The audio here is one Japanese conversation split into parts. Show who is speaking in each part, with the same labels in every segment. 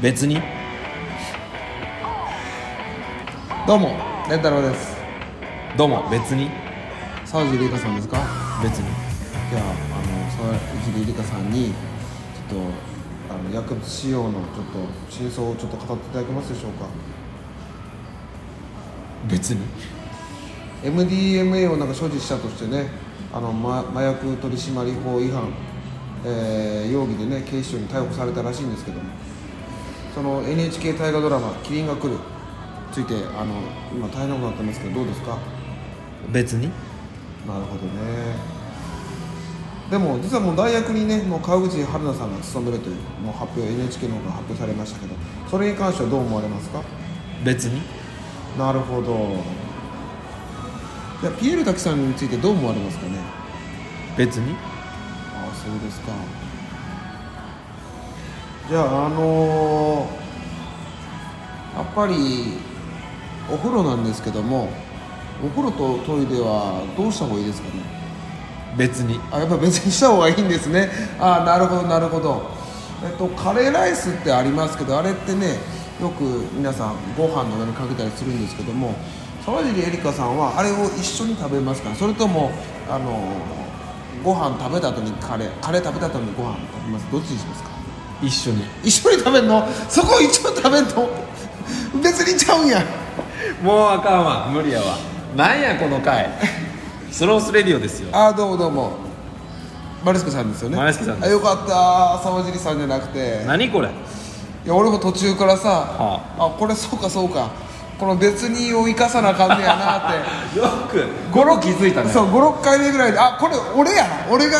Speaker 1: 別に
Speaker 2: どうもレンタロウです
Speaker 1: どうも別に
Speaker 2: 沢尻リカさんですか
Speaker 1: 別に
Speaker 2: じゃああの沢尻リカさんにちょっとあの薬物使用のちょっと真相をちょっと語っていただけますでしょうか
Speaker 1: 別に
Speaker 2: MDMA をなんか所持したとしてねあの、ま、麻薬取締法違反、えー容疑でね警視庁に逮捕されたらしいんですけどもその NHK 大河ドラマ「キリンが来る」についてあの今大変なことになってますけどどうですか
Speaker 1: 別に
Speaker 2: なるほどねでも実はもう大学にねもう川口春奈さんが勤めるというもう発表 NHK の方が発表されましたけどそれに関してはどう思われますか
Speaker 1: 別に
Speaker 2: なるほどじゃあピエール滝さんについてどう思われますかね
Speaker 1: 別に
Speaker 2: ああそうですかじゃああのーやっぱりお風呂なんですけどもお風呂とトイレはどうした方がいいですかね
Speaker 1: 別に
Speaker 2: あやっぱ別にした方がいいんですねああなるほどなるほどえっとカレーライスってありますけどあれってねよく皆さんご飯の上にかけたりするんですけども沢尻エリカさんはあれを一緒に食べますかそれともあのご飯食べた後にカレーカレー食べた後にご飯食べますどっちにしますか
Speaker 1: 一緒に
Speaker 2: 一緒に食べんのそこ一緒に食べんの別にちゃうんや
Speaker 1: もうあかんわ無理やわなんやこの回スロースレディオですよ
Speaker 2: ああどうもどうもマリスケさんですよね
Speaker 1: マリスケさんです
Speaker 2: あよかった沢尻さんじゃなくて
Speaker 1: 何これ
Speaker 2: いや俺も途中からさ、
Speaker 1: は
Speaker 2: あ、これそうかそうかこの別にを生かさなあかんねやなって
Speaker 1: よくゴロ気づいたね
Speaker 2: そう56回目ぐらいであこれ俺や俺が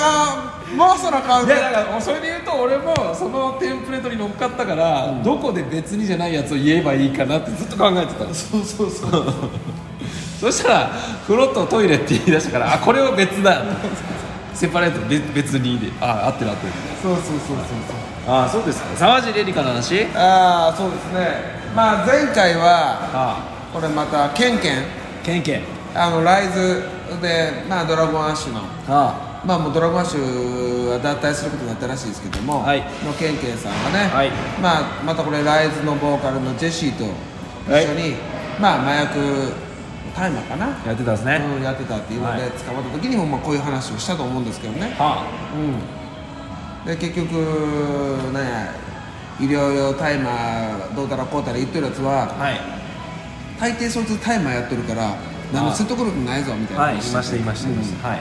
Speaker 2: 回さなあかん
Speaker 3: い
Speaker 2: ね
Speaker 3: やだからそれで言うと俺もそのテンプレートに乗っかったから、どこで別にじゃないやつを言えばいいかなってずっと考えてたそうそうそうそしたら風呂とトイレって言い出したからあこれは別だセパレートべ別にであ合ってる合ってる
Speaker 2: そうそうそうそうそう
Speaker 3: あそうですか沢尻エリカの話
Speaker 2: ああそうですねまあ前回は
Speaker 3: あ
Speaker 2: これまたケンケン
Speaker 3: ケンケン
Speaker 2: あのライズで、まあ、ドラゴンアッシュの
Speaker 3: あ
Speaker 2: まあもうドラゴンアッシュは脱退することになったらしいですけども、
Speaker 3: はい
Speaker 2: のケンケンさんがね、
Speaker 3: はい
Speaker 2: まあ、またこれライズのボーカルのジェシーと一緒に、まあ麻薬大麻かな、
Speaker 3: やってたんですね、
Speaker 2: うん、やってたっていうので、
Speaker 3: はい
Speaker 2: 捕まった時にもまあこういう話をしたと思うんですけどね、
Speaker 3: は
Speaker 2: うん、で結局なんや医療用大麻どうたらこうたら言ってるやつ
Speaker 3: あ
Speaker 2: は
Speaker 3: はい
Speaker 2: 大抵そいつ大麻やってるから何の説得力もないぞみたいな
Speaker 3: はいいま
Speaker 2: 話
Speaker 3: したいましたいました、はい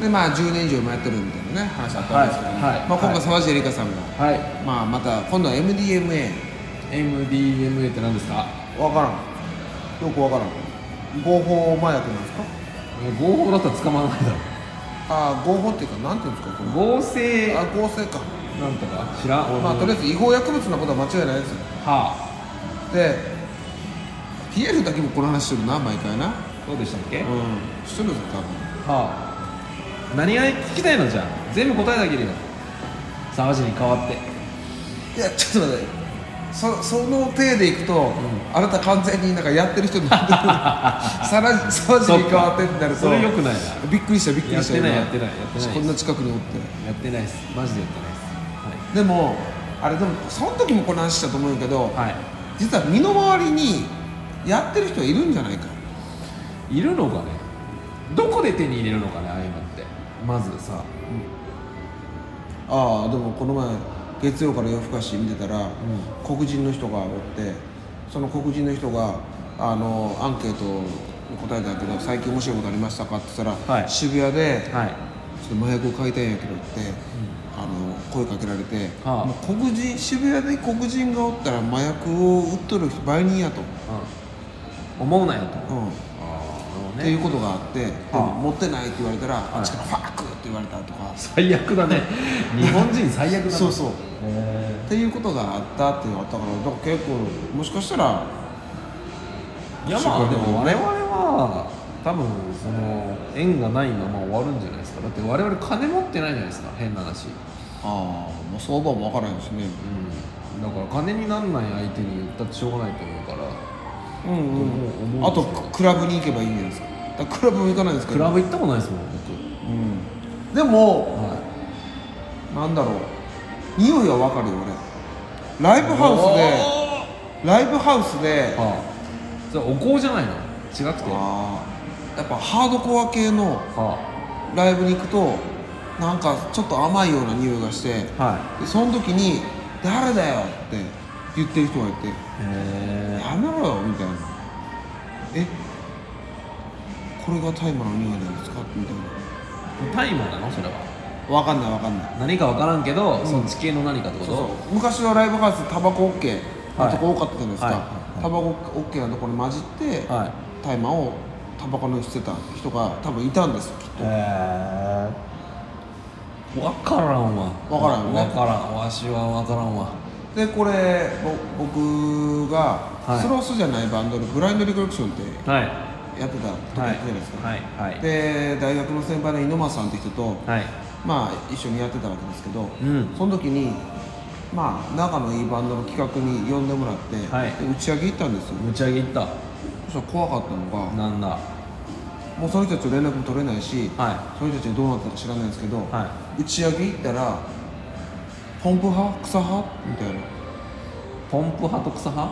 Speaker 2: でまあ10年以上もやってるみたいなね話あったんですけど、
Speaker 3: はいはい
Speaker 2: まあ、今
Speaker 3: は
Speaker 2: 回
Speaker 3: い
Speaker 2: 沢尻エリカさんが、
Speaker 3: はい
Speaker 2: まあ、また今度は MDMA
Speaker 3: MDMA って何ですか
Speaker 2: 分からんよく分からん合法麻薬なんですか
Speaker 3: 合法だったら捕まらないだろ
Speaker 2: ああ合法っていうかなんていうんですかこれ
Speaker 3: 合成
Speaker 2: あ合成か
Speaker 3: なんとか知らん俺も
Speaker 2: まあとりあえず違法薬物のことは間違いないですよ
Speaker 3: はあ
Speaker 2: でピエールだけもこの話してるな毎回な
Speaker 3: どうでしたっけ、
Speaker 2: う
Speaker 3: は
Speaker 2: んしてるぞ多分
Speaker 3: あ何が聞きたいのじゃあ全部答えてあげるよ沢尻に代わって
Speaker 2: いやちょっと待ってそその体でいくと、あなた完全になんかやってる人に なってくるさら沢尻に変わってってなると
Speaker 3: そっかそれ良くない
Speaker 2: びっくりしたびっくりした今
Speaker 3: やってないやってないやってない
Speaker 2: こんな近くにおって
Speaker 3: やってないっすマジでやってないっ
Speaker 2: でもあれでもその時もこの話したと思うけど、
Speaker 3: すはい、は
Speaker 2: 実は身の回りにやってる人いるんじゃないか
Speaker 3: い、いるのかねどこで手に入れるのかねああいうのってまずさ
Speaker 2: ああでもこの前月曜から夜更かし見てたら、黒人の人がおってその黒人の人があのアンケートを答えたんやけど最近面白いことありましたかって言ったら、
Speaker 3: はい
Speaker 2: 渋谷で、
Speaker 3: はい
Speaker 2: ちょっと麻薬を買いたいんやけどって、あの声かけられて、
Speaker 3: はあ
Speaker 2: もう黒人渋谷で黒人がおったら麻薬を売っとる売人やと、
Speaker 3: うん思うなよと
Speaker 2: うん
Speaker 3: あ
Speaker 2: っていうことがあって、でも
Speaker 3: はあ
Speaker 2: 持ってないって言われたら、
Speaker 3: い
Speaker 2: あっちからファックって言われたとか、
Speaker 3: 最悪だね 日本人最悪だな
Speaker 2: そうそう
Speaker 3: へ
Speaker 2: っていうことがあったっていうのがあったからだから結構もしかしたら
Speaker 3: ーいやまあでも我々は多分その縁がないまま終わるんじゃないですかだって我々金持ってないじゃないですか変な話
Speaker 2: ああもう相場も分からんしね
Speaker 3: うんだから金になんない相手に言ったってしょうがないと思うから
Speaker 2: うん
Speaker 3: うんうん
Speaker 2: あとクラブに行けばいいんじゃないですかだからクラブも行かないんですけ
Speaker 3: ク
Speaker 2: ど
Speaker 3: ラブ行ったことないですもん
Speaker 2: うんでも
Speaker 3: 僕はい
Speaker 2: なんだろう匂いは分かるよ俺ライブハウ
Speaker 3: おー
Speaker 2: スでライブハウスで
Speaker 3: あそれお香じゃないの違くては
Speaker 2: あーやっぱハードコア系の
Speaker 3: あ
Speaker 2: ライブに行くとなんかちょっと甘いような匂いがして
Speaker 3: は
Speaker 2: でその時に「誰だよ!」って言ってる人がいて
Speaker 3: いへ
Speaker 2: 「やめろよ!」みたいな「えこれが大麻の匂いなんですか?」みたい
Speaker 3: えタイマーなのそれは
Speaker 2: なわかんないわかんない
Speaker 3: 何か分からんけど、そっち系の何かってこ
Speaker 2: そ
Speaker 3: と
Speaker 2: うそう昔のライブハウスタバコ OK のとこ多かったじゃないですか、
Speaker 3: はいはいはいはい
Speaker 2: タバコ OK のところに混じって、
Speaker 3: はい
Speaker 2: 大麻をタバコのしてた人が多分いたんですきっと
Speaker 3: へえ分からんわ
Speaker 2: わからんよね
Speaker 3: 分からんわしは分からんわ
Speaker 2: でこれぼ僕が、
Speaker 3: はい
Speaker 2: スロースじゃないバンドのブラインドリコレクションって
Speaker 3: はい
Speaker 2: やってた時やってたじゃないですか、
Speaker 3: はいはい
Speaker 2: で大学の先輩の猪俣さんって人と、
Speaker 3: はい
Speaker 2: まあ一緒にやってたわけですけど、
Speaker 3: うん
Speaker 2: その時にまあ仲のいいバンドの企画に呼んでもらって、
Speaker 3: はい
Speaker 2: で打ち上げ行ったんですよ
Speaker 3: 持ち上げいった
Speaker 2: そしたら怖かったのが、
Speaker 3: なんだ
Speaker 2: もうその人たちと連絡も取れないし、
Speaker 3: は
Speaker 2: その人たちどうなったか知らないんですけど、
Speaker 3: は
Speaker 2: 打ち上げ行ったらポンプ派草派みたいな、
Speaker 3: ポンプ派と草派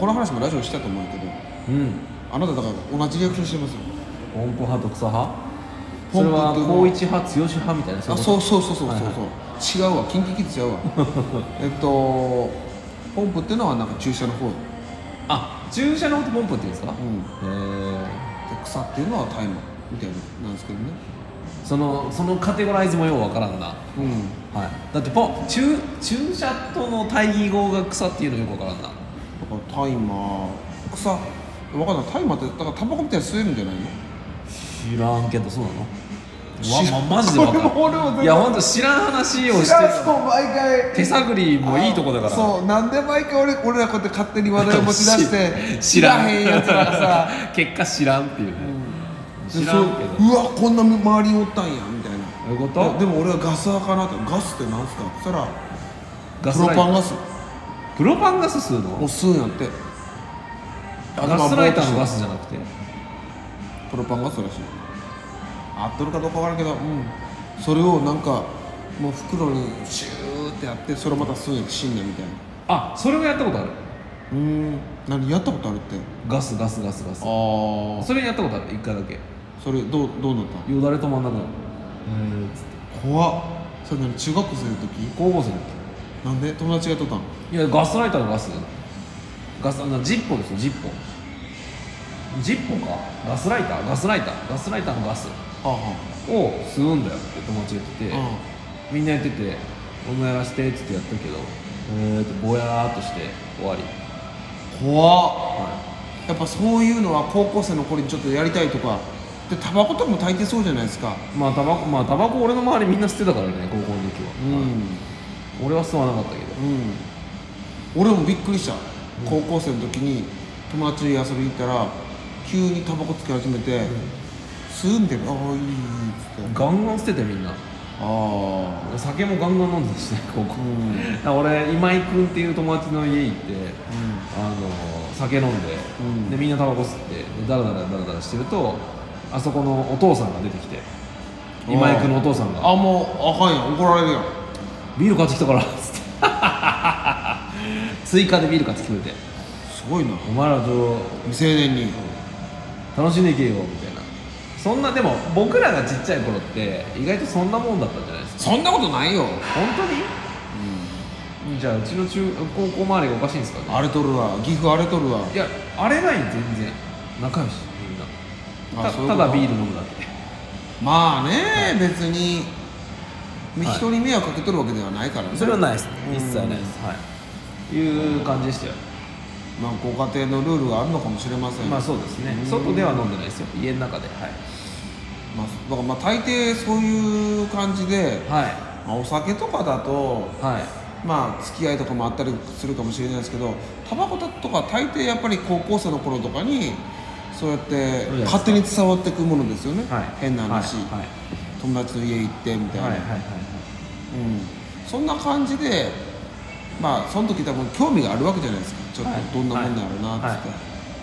Speaker 2: この話もラジオしたと思うけど
Speaker 3: うん
Speaker 2: あなただから同じリアクションしてますよ
Speaker 3: ポンプ派と草派
Speaker 2: ポ
Speaker 3: そ
Speaker 2: ンプ
Speaker 3: れ
Speaker 2: って
Speaker 3: は
Speaker 2: いうのは
Speaker 3: 高一派剛派みたいな
Speaker 2: あそう
Speaker 3: う
Speaker 2: そうそうそうそ
Speaker 3: は
Speaker 2: うそう、
Speaker 3: いは
Speaker 2: 違うわ近畿キッズ違 うわえっとポンプっていうのはなんか注射の方で
Speaker 3: あ注射のことポンプって言うんですか、
Speaker 2: ん
Speaker 3: へえ
Speaker 2: 草っていうのは大麻みたいななんですけどね
Speaker 3: そのそのカテゴライズもようわからんな
Speaker 2: うん
Speaker 3: はい、だってポン注注射との対義語が草っていうのよくわからんな
Speaker 2: だから大麻草分かんない大麻ってだからタバコみたいに吸えるんじゃないの
Speaker 3: 知らんけどそうなの
Speaker 2: 知ら
Speaker 3: わ
Speaker 2: ん
Speaker 3: ま、マジでわか
Speaker 2: これ も俺も
Speaker 3: ん
Speaker 2: 全
Speaker 3: な
Speaker 2: 然
Speaker 3: いいやほんと知らん話をしてる
Speaker 2: そう毎回
Speaker 3: 手探りもいいとこだから
Speaker 2: そうなんで毎回俺俺らこうやって勝手に話題を持ち出して
Speaker 3: 知らん
Speaker 2: へんやつらがさ
Speaker 3: 結果知らんっていうね、知
Speaker 2: で
Speaker 3: ら
Speaker 2: そうん
Speaker 3: けど
Speaker 2: うわこんな周りにおったんやみたいな
Speaker 3: どういうこと
Speaker 2: ででも俺はガス派かなってガスってなんすかそしたら
Speaker 3: ガス
Speaker 2: プロ
Speaker 3: ライタ
Speaker 2: パン
Speaker 3: ー
Speaker 2: ガス
Speaker 3: プロパンガス吸う
Speaker 2: を
Speaker 3: の
Speaker 2: 吸うんやって
Speaker 3: ガスライターのガスじゃなくて
Speaker 2: プロパンガスらしい合っとるかどうかわからんけどうんそれをなんかもう袋にシューってやってそれをまた吸うんやって新年みたいな
Speaker 3: あそれをやったことある
Speaker 2: うーん何やったことあるって
Speaker 3: ガスガスガスガス
Speaker 2: あ
Speaker 3: それやったことある一回だけ
Speaker 2: それどうどうなったの
Speaker 3: よだれ止まんなくなる
Speaker 2: 怖っそれ何中学生の時
Speaker 3: 高校生の時
Speaker 2: なんで友達がやっとったん
Speaker 3: いやガスライターのガスガスあのジッポですよジッポジッポかガスライターガスライターガスライターのガス
Speaker 2: はあは
Speaker 3: を吸うんだよって友達が言ってて、
Speaker 2: あ
Speaker 3: みんなやってて「俺もやらして」っつってやったけどえーってぼやーっとして終わり、
Speaker 2: 怖っ
Speaker 3: は
Speaker 2: やっぱそういうのは高校生の頃にちょっとやりたいとかでタバコとかも大抵そうじゃないですか
Speaker 3: い、まあタバコまあタバコ俺の周りみんな吸ってたからね高校の時は、
Speaker 2: うん
Speaker 3: 俺は吸わなかったけど
Speaker 2: うん俺もびっくりした、高校生の時に友達に遊びに行ったら急にタバコつけ始めて、吸うんだよああいいいいっつって
Speaker 3: ガンガン吸っててみんな
Speaker 2: あ
Speaker 3: 酒もガンガン飲んでたしね 高校、
Speaker 2: ん
Speaker 3: だから俺今井君っていう友達の家行って、あの酒飲んで、
Speaker 2: うん
Speaker 3: でみんなタバコ吸ってでダラダラダラダラしてるとあそこのお父さんが出てきて
Speaker 2: ー
Speaker 3: 今井君のお父さん
Speaker 2: あ
Speaker 3: が
Speaker 2: あもうあかんやん怒られるやん
Speaker 3: 「ビール買ってきたから」っつって 追加でビール買ってきてくれて
Speaker 2: すごいな
Speaker 3: 「お前らと
Speaker 2: 未成年に
Speaker 3: 楽しんでいけよ」みたいなそんなでも僕らがちっちゃい頃って意外とそんなもんだったんじゃないですか
Speaker 2: そんなことないよ
Speaker 3: 本当に、じゃあうちの中高校周りがおかしいんですかね
Speaker 2: 荒れとるわ岐阜荒れとるわ
Speaker 3: いや荒れない全然仲良しみんな
Speaker 2: あ
Speaker 3: た
Speaker 2: そういうこ
Speaker 3: た
Speaker 2: と
Speaker 3: だビール飲むだけ
Speaker 2: まあね、別に
Speaker 3: はい
Speaker 2: 人に迷惑かけとるわけではないからね
Speaker 3: いです
Speaker 2: うん
Speaker 3: 一切ないですはいいう感じでしたよ
Speaker 2: まあご家庭のルールがあるのかもしれません、
Speaker 3: ま
Speaker 2: ま
Speaker 3: あ
Speaker 2: あ、
Speaker 3: そうですね
Speaker 2: うん
Speaker 3: 外では飲んでないですよ家の中ではい
Speaker 2: だからまあ大抵そういう感じで、
Speaker 3: は
Speaker 2: まあ、お酒とかだと
Speaker 3: いはい
Speaker 2: まあ付き合いとかもあったりするかもしれないですけどタバコだとか大抵やっぱり高校生の頃とかにそうやって
Speaker 3: そうです
Speaker 2: 勝手に伝わってくものですよね、
Speaker 3: はい
Speaker 2: 変な話、
Speaker 3: はい
Speaker 2: 友達の家行ってみたいな、
Speaker 3: はいはいはいはい
Speaker 2: うん、そんな感じでまあその時多分興味があるわけじゃないですかちょっ
Speaker 3: はい
Speaker 2: とどんなもんだろうなって言って、
Speaker 3: は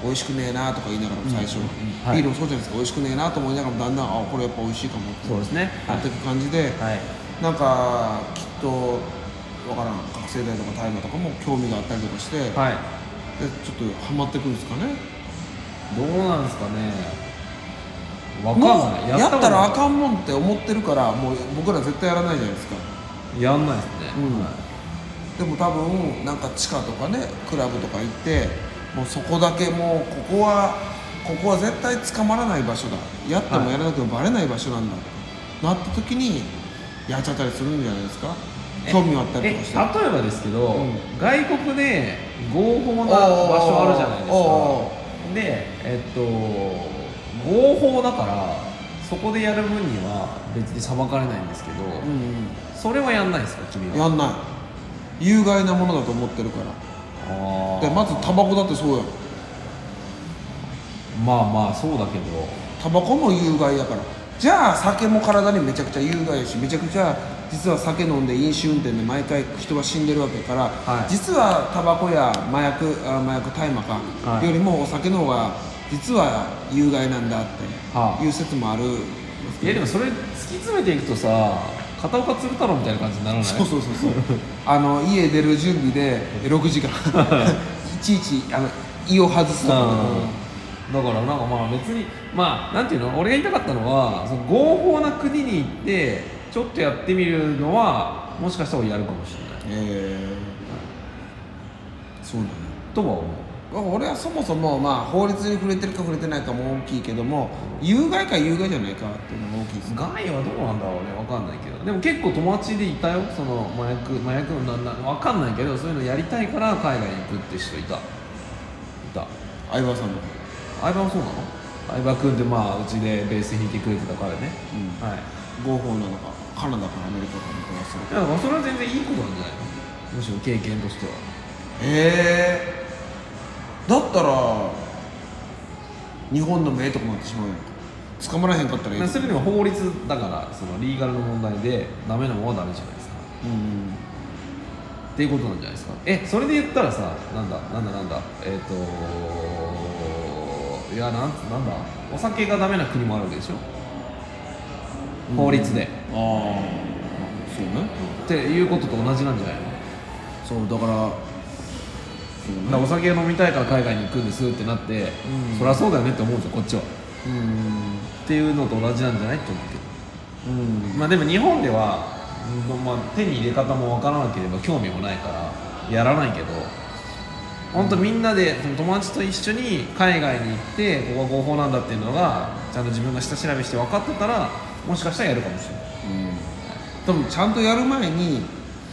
Speaker 2: 美味しくねえなとか言いながらも最初、
Speaker 3: はい
Speaker 2: ビールもそうじゃないですか美味しくねえなと思いながらもだんだんあこれやっぱ美味しいかもって
Speaker 3: そうですね
Speaker 2: なっていく感じで、
Speaker 3: はい
Speaker 2: なんかきっとわからん覚醒生代とか大麻とかも興味があったりとかして、で
Speaker 3: はい
Speaker 2: ちょっとハマってくるんですかね
Speaker 3: どうなんですかねわかん
Speaker 2: も
Speaker 3: ないう
Speaker 2: やったらあ
Speaker 3: ん
Speaker 2: かんもんって思ってるからもう僕ら絶対やらないじゃないですか
Speaker 3: やんないですね、
Speaker 2: うん
Speaker 3: はい
Speaker 2: でも多分なんか地下とかねクラブとか行ってもうそこだけもうここはここは絶対捕まらない場所だやってもやらなくてもバレない場所なんだ、なった時にやっちゃったりするんじゃないですか興味があったりとかして
Speaker 3: え例えばですけど、
Speaker 2: うん
Speaker 3: 外国で合法な場所あるじゃないですか
Speaker 2: おーお
Speaker 3: でえっと合法だからそこでやる分には別に裁かれないんですけど、
Speaker 2: うん
Speaker 3: それはやんないんですか君
Speaker 2: うん
Speaker 3: は
Speaker 2: やんない有害なものだと思ってるから
Speaker 3: あ
Speaker 2: で
Speaker 3: ー
Speaker 2: まずタバコだってそうやん
Speaker 3: まあまあそうだけど
Speaker 2: タバコも有害やからじゃあ酒も体にめちゃくちゃ有害やしめちゃくちゃ実は酒飲んで飲酒運転で毎回人は死んでるわけから、
Speaker 3: はい
Speaker 2: 実はタバコや麻薬あ麻薬大麻か、
Speaker 3: はい
Speaker 2: よりもお酒の方が実は有害なんだっ
Speaker 3: はあ
Speaker 2: ていう説もある、
Speaker 3: いやでもそれ突き詰めていくとさ片岡鶴太郎みたいな感じにならない
Speaker 2: そうそうそうそうあの家出る準備で6時間 いちいちあの胃を外すとかね
Speaker 3: だからなんかまあ別にまあなんていうの俺が言いたかったのはその合法な国に行ってちょっとやってみるのはもしかしたらやるかもしれない
Speaker 2: えーそうなの、
Speaker 3: とは思う
Speaker 2: 俺はそもそも、まあ、法律に触れてるか触れてないかも大きいけども有害か有害じゃないかっていうのが大きいですね
Speaker 3: 害はどうなんだろうねわかんないけどでも結構友達でいたよその麻薬麻薬のなんなんわかんないけどそういうのやりたいから海外に行くって人いたいた
Speaker 2: 相葉さんの
Speaker 3: 相葉もそうなの相葉君ってまあうちでベース弾いてくれてたからね、
Speaker 2: う
Speaker 3: はい
Speaker 2: 合法なのかカナダからアメリカからのかする
Speaker 3: いやそれは全然いいことなんじゃないのむしろ経験としては
Speaker 2: ええだったら日本のもええとこになってしまうやんか捕まらへんかったらええとこ
Speaker 3: それでも法律だからそのリーガルの問題でダメなものはダメじゃないですか
Speaker 2: うん
Speaker 3: っていうことなんじゃないですかえそれで言ったらさなんだなんだなんだえっ、といやなんなんだお酒がダメな国もあるわけでしょ法律で、
Speaker 2: ああそうね
Speaker 3: っていうことと同じなんじゃないの
Speaker 2: そうだから
Speaker 3: だからお酒飲みたいから海外に行くんですってなって、
Speaker 2: うん
Speaker 3: そりゃそうだよねって思うじゃんこっちはっ
Speaker 2: うん
Speaker 3: ていうのと同じなんじゃないって思うけど
Speaker 2: うん
Speaker 3: まあでも日本では、うんまあ、手に入れ方もわからなければ興味もないからやらないけど本当みんなでその友達と一緒に海外に行ってここが合法なんだっていうのがちゃんと自分が下調べして分かってたらもしかしたらやるかもしれない
Speaker 2: でもちゃんとやる前に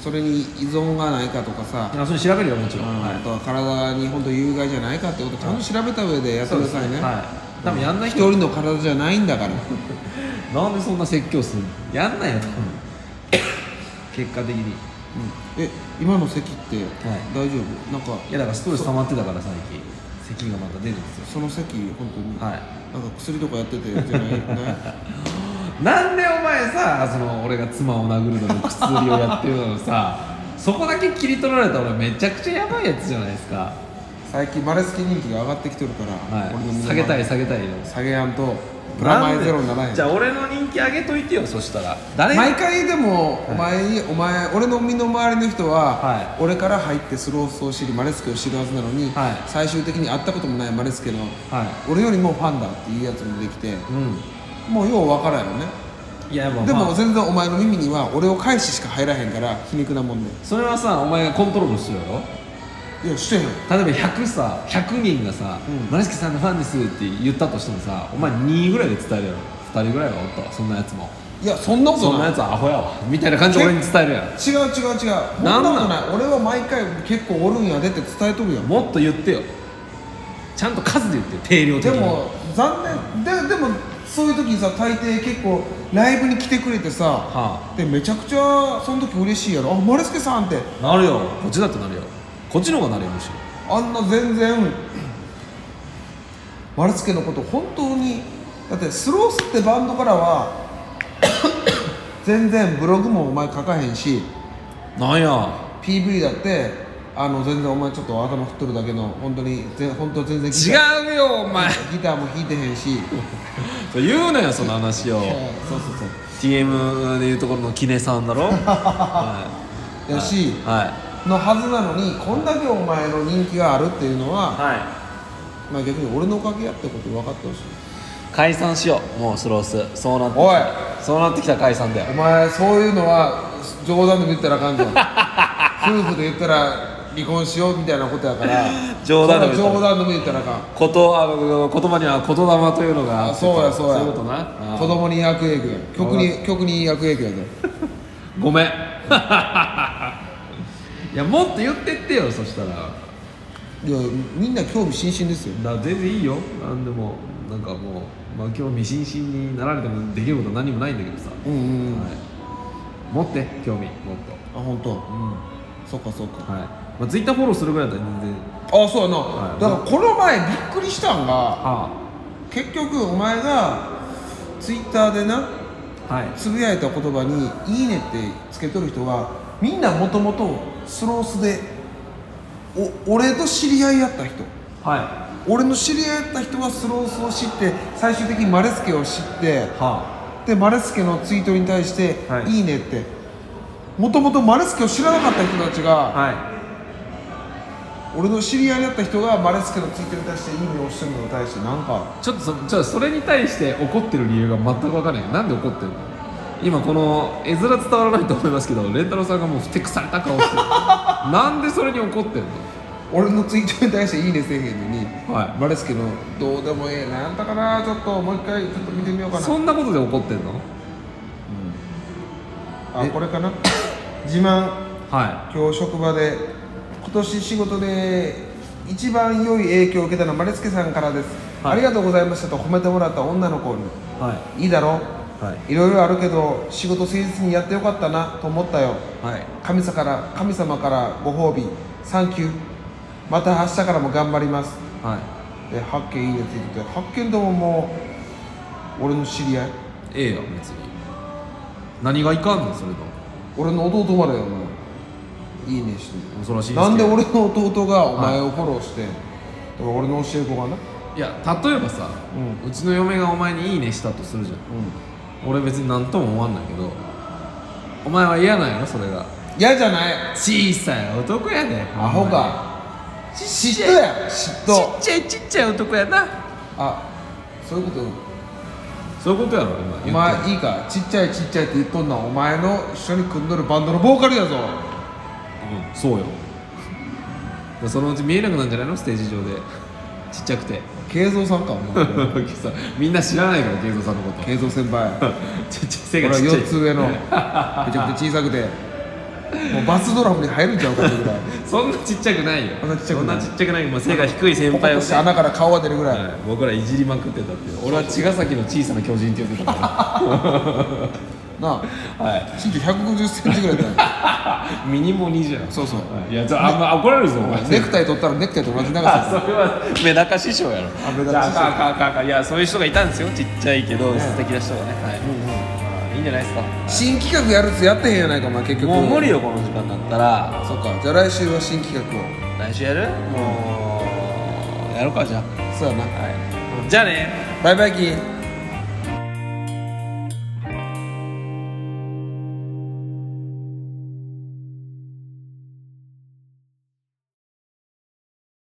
Speaker 2: それに依存がないかとかさ、
Speaker 3: あそれ調べるよもちろん、
Speaker 2: あ
Speaker 3: は
Speaker 2: とは体に本当有害じゃないかってことをちゃんと調べた上でや
Speaker 3: い
Speaker 2: ってくださいね、
Speaker 3: はい多分やんない
Speaker 2: 一
Speaker 3: 人、
Speaker 2: 人の体じゃないんだ から
Speaker 3: なんでそんな説教するのやんないよ多分 結果的に
Speaker 2: え今の咳って
Speaker 3: はい
Speaker 2: 大丈夫、なんか
Speaker 3: いやだからストレス溜まってたから最近咳がまた出るんですよ
Speaker 2: その咳本当に、
Speaker 3: はい
Speaker 2: なんか薬とかやっててじゃないない
Speaker 3: なんでお前さその俺が妻を殴るのに薬をやってるの さそこだけ切り取られた俺めちゃくちゃやばいやつじゃないですか、
Speaker 2: 最近バレスケ人気が上がってきてるから、
Speaker 3: は
Speaker 2: 俺の
Speaker 3: い、
Speaker 2: 身
Speaker 3: 下げたい
Speaker 2: の
Speaker 3: 下げたいよ
Speaker 2: 下げやんとプラマイゼロにならへん
Speaker 3: じゃあ俺の人気上げといてよそしたら誰
Speaker 2: 毎回でもお前に、お前俺の身の回りの人は、
Speaker 3: は
Speaker 2: 俺から入ってスロースを知りマレスケを知るはずなのに、
Speaker 3: はい
Speaker 2: 最終的に会ったこともないマレスケの、
Speaker 3: は
Speaker 2: 俺よりもファンだっていうやつもできて
Speaker 3: うん
Speaker 2: もうよう分からんよね
Speaker 3: いやもう、
Speaker 2: で
Speaker 3: ま
Speaker 2: も
Speaker 3: あ
Speaker 2: 全然お前の耳には俺を返ししか入らへんから皮肉なもんで
Speaker 3: それはさお前がコントロールしてるやろ
Speaker 2: いやしてへん
Speaker 3: 例えば100さ100人がさ「マレスケさんのファンです」って言ったとしてもさお前2ぐらいで伝えるやろ2人ぐらいはおったわそんなやつも
Speaker 2: いやそんなこと
Speaker 3: そんな
Speaker 2: ない
Speaker 3: やつはアホやわみたいな感じで俺に伝えるやん
Speaker 2: 違う違う違うそんなこと
Speaker 3: なんなん
Speaker 2: ない俺は毎回結構おるんやでって伝えとるやん
Speaker 3: もっと言ってよちゃんと数で言ってよ定量的
Speaker 2: で
Speaker 3: に
Speaker 2: も残念ででもそういう時にさ大抵結構ライブに来てくれてさ、
Speaker 3: は
Speaker 2: でめちゃくちゃその時嬉しいやろ「あマレスケさん」って
Speaker 3: なるよこっちだってなるよこっちの方がなるよむしろ
Speaker 2: あんな全然マレスケのこと本当にだってスロースってバンドからは 全然ブログもお前書かへんし
Speaker 3: なんや
Speaker 2: PV だってあの全然お前ちょっと頭振っとるだけの本当にぜ本当全然ギター
Speaker 3: 違うよお前
Speaker 2: ギターも弾いてへんし
Speaker 3: そう言うなよその話を
Speaker 2: そうそうそう
Speaker 3: TM でいうところのキネさんだろは
Speaker 2: やし、
Speaker 3: い、は
Speaker 2: のはずなのにこんだけお前の人気があるっていうのは、
Speaker 3: は
Speaker 2: まあ、逆に俺のおかげやってこと分かってほしい
Speaker 3: い解散しようもうスロースそうなって
Speaker 2: おい
Speaker 3: そうなってきた解散だよ
Speaker 2: お前そういうのは冗談で言ったらあかんぞ 夫婦で言ったら離婚しようみたいなことやから
Speaker 3: 冗談でも
Speaker 2: そ
Speaker 3: 言
Speaker 2: ん
Speaker 3: ったら
Speaker 2: な冗談でも言ったらあかん
Speaker 3: ことあの言葉には言霊というのが
Speaker 2: あそうやそうや
Speaker 3: そういうことな
Speaker 2: 子供に悪影響や曲に曲に悪影響やで
Speaker 3: ごめん いやもっと言ってってよそしたら
Speaker 2: いやみんな興味津々ですよ
Speaker 3: だ全然いいよなんでもなんかもう、まあ、興味津々になられてもできることは何もないんだけどさ、
Speaker 2: うんうんうん、
Speaker 3: はい、持って興味もっ
Speaker 2: あ本当、
Speaker 3: と、うん
Speaker 2: そっかそっか
Speaker 3: はいまあ、ツイッターフォローするぐらいだったら全然
Speaker 2: あそうやな、
Speaker 3: はい
Speaker 2: だからこの前びっくりしたんが
Speaker 3: あ
Speaker 2: 結局お前がツイッターでな
Speaker 3: あはい
Speaker 2: つぶやいた言葉に「いいね」ってつけとる人がみんなもともとスロースでお俺と知り合いやった人
Speaker 3: はいは
Speaker 2: 俺の知り合いやった人はスロースを知って最終的にマレスケを知って
Speaker 3: あ
Speaker 2: でマレスケのツイートに対して
Speaker 3: は
Speaker 2: 「
Speaker 3: い
Speaker 2: いいね」ってもともとマレスケを知らなかった人たちが
Speaker 3: はい
Speaker 2: 俺の知り合いだった人がマレスケのツイートに対して「いいね」を押してるのに対してなんか
Speaker 3: ちょっとそちょっとそれに対して怒ってる理由が全く分からないなんで怒ってるの今この絵面伝わらないと思いますけどレンタロウさんがもうふてくされた顔 してるなんでそれに怒ってるの
Speaker 2: 俺のツイートに対して「いいね」せえへんのに、
Speaker 3: はい
Speaker 2: マレスケの「どうでもええなんだかなちょっともう一回ちょっと見てみようかな
Speaker 3: そんなことで怒ってんの
Speaker 2: あこれかな自慢
Speaker 3: は
Speaker 2: 今日職場で今年仕事で一番良い影響を受けたのはマレスケさんからです、
Speaker 3: はい
Speaker 2: ありがとうございましたと褒めてもらった女の子に
Speaker 3: いはい
Speaker 2: いいだろ
Speaker 3: はい
Speaker 2: いろいろあるけど仕事誠実にやってよかったなと思ったよ
Speaker 3: はい
Speaker 2: 神様から神様からご褒美サンキューまた明日からも頑張ります
Speaker 3: はい
Speaker 2: で発見いいねついてて発見とももう俺の知り合い
Speaker 3: ええよ別に何がいかんのそれと
Speaker 2: 俺の弟までお前いいねして
Speaker 3: 恐ろしい
Speaker 2: なんで
Speaker 3: けど
Speaker 2: 俺の弟がお前をフォローして、だから俺の教え子がな、
Speaker 3: いや例えばさ、うちの嫁がお前に「いいね」したとするじゃん
Speaker 2: う
Speaker 3: 俺別に何とも思わんないけどお前は嫌なんやろそれが
Speaker 2: ん、嫌じゃない
Speaker 3: 小さい男やで
Speaker 2: アホか
Speaker 3: ちっ
Speaker 2: 嫉
Speaker 3: ち
Speaker 2: 妬
Speaker 3: ゃい
Speaker 2: や嫉
Speaker 3: ち
Speaker 2: 妬
Speaker 3: っちゃいちっちゃい男やな
Speaker 2: あそういうこと
Speaker 3: そういうことやろ
Speaker 2: お
Speaker 3: 今言って
Speaker 2: 前いいかちっちゃいちっちゃいって言っとんのはお前の一緒に組んどるバンドのボーカ ルやぞ
Speaker 3: うんそうよそのうち見えなくなるんじゃないのステージ上でちっちゃ くて
Speaker 2: 慶三さんかお前
Speaker 3: さみんな知らないから慶三さんの こと
Speaker 2: 慶三先輩
Speaker 3: ちっちゃい背
Speaker 2: 俺
Speaker 3: が
Speaker 2: は
Speaker 3: ちっちゃい
Speaker 2: 4つ上のめちゃくちゃ小さくてもうバスドラムに入るんちゃうかっ てぐらい
Speaker 3: そんなちっちゃくないよ
Speaker 2: そんなちっちゃくない
Speaker 3: そんちっちゃくないもう背が低い先
Speaker 2: ポコ
Speaker 3: 輩
Speaker 2: ポ
Speaker 3: をね
Speaker 2: コして穴から顔が出るぐらい、
Speaker 3: はい僕らいじりまくってたっていう俺は茅ヶ崎の小さな巨人って呼ん でたか
Speaker 2: なあ
Speaker 3: らはい
Speaker 2: 身長150センチぐらいだった
Speaker 3: ミニモニじゃん
Speaker 2: そうそう
Speaker 3: はいいやちょあんま怒られるぞお前
Speaker 2: ネクタイ取ったらネクタイと同じ長
Speaker 3: あ
Speaker 2: さ
Speaker 3: それはメダカ師匠やろ
Speaker 2: あメダカ師匠
Speaker 3: じゃああかんあかんあかんいやそういう人がいたんですよちっちゃいけど
Speaker 2: ね
Speaker 3: 素敵な人がねはい、あーいいんじゃないですか
Speaker 2: 新企画やるっつやってへんやないかお前結局
Speaker 3: もう無理よこの時間になったら
Speaker 2: そっかじゃあ来週は新企画を
Speaker 3: 来週やるもうやろうかじゃ
Speaker 2: そうやな
Speaker 3: あはいじゃあね
Speaker 2: バイバイキン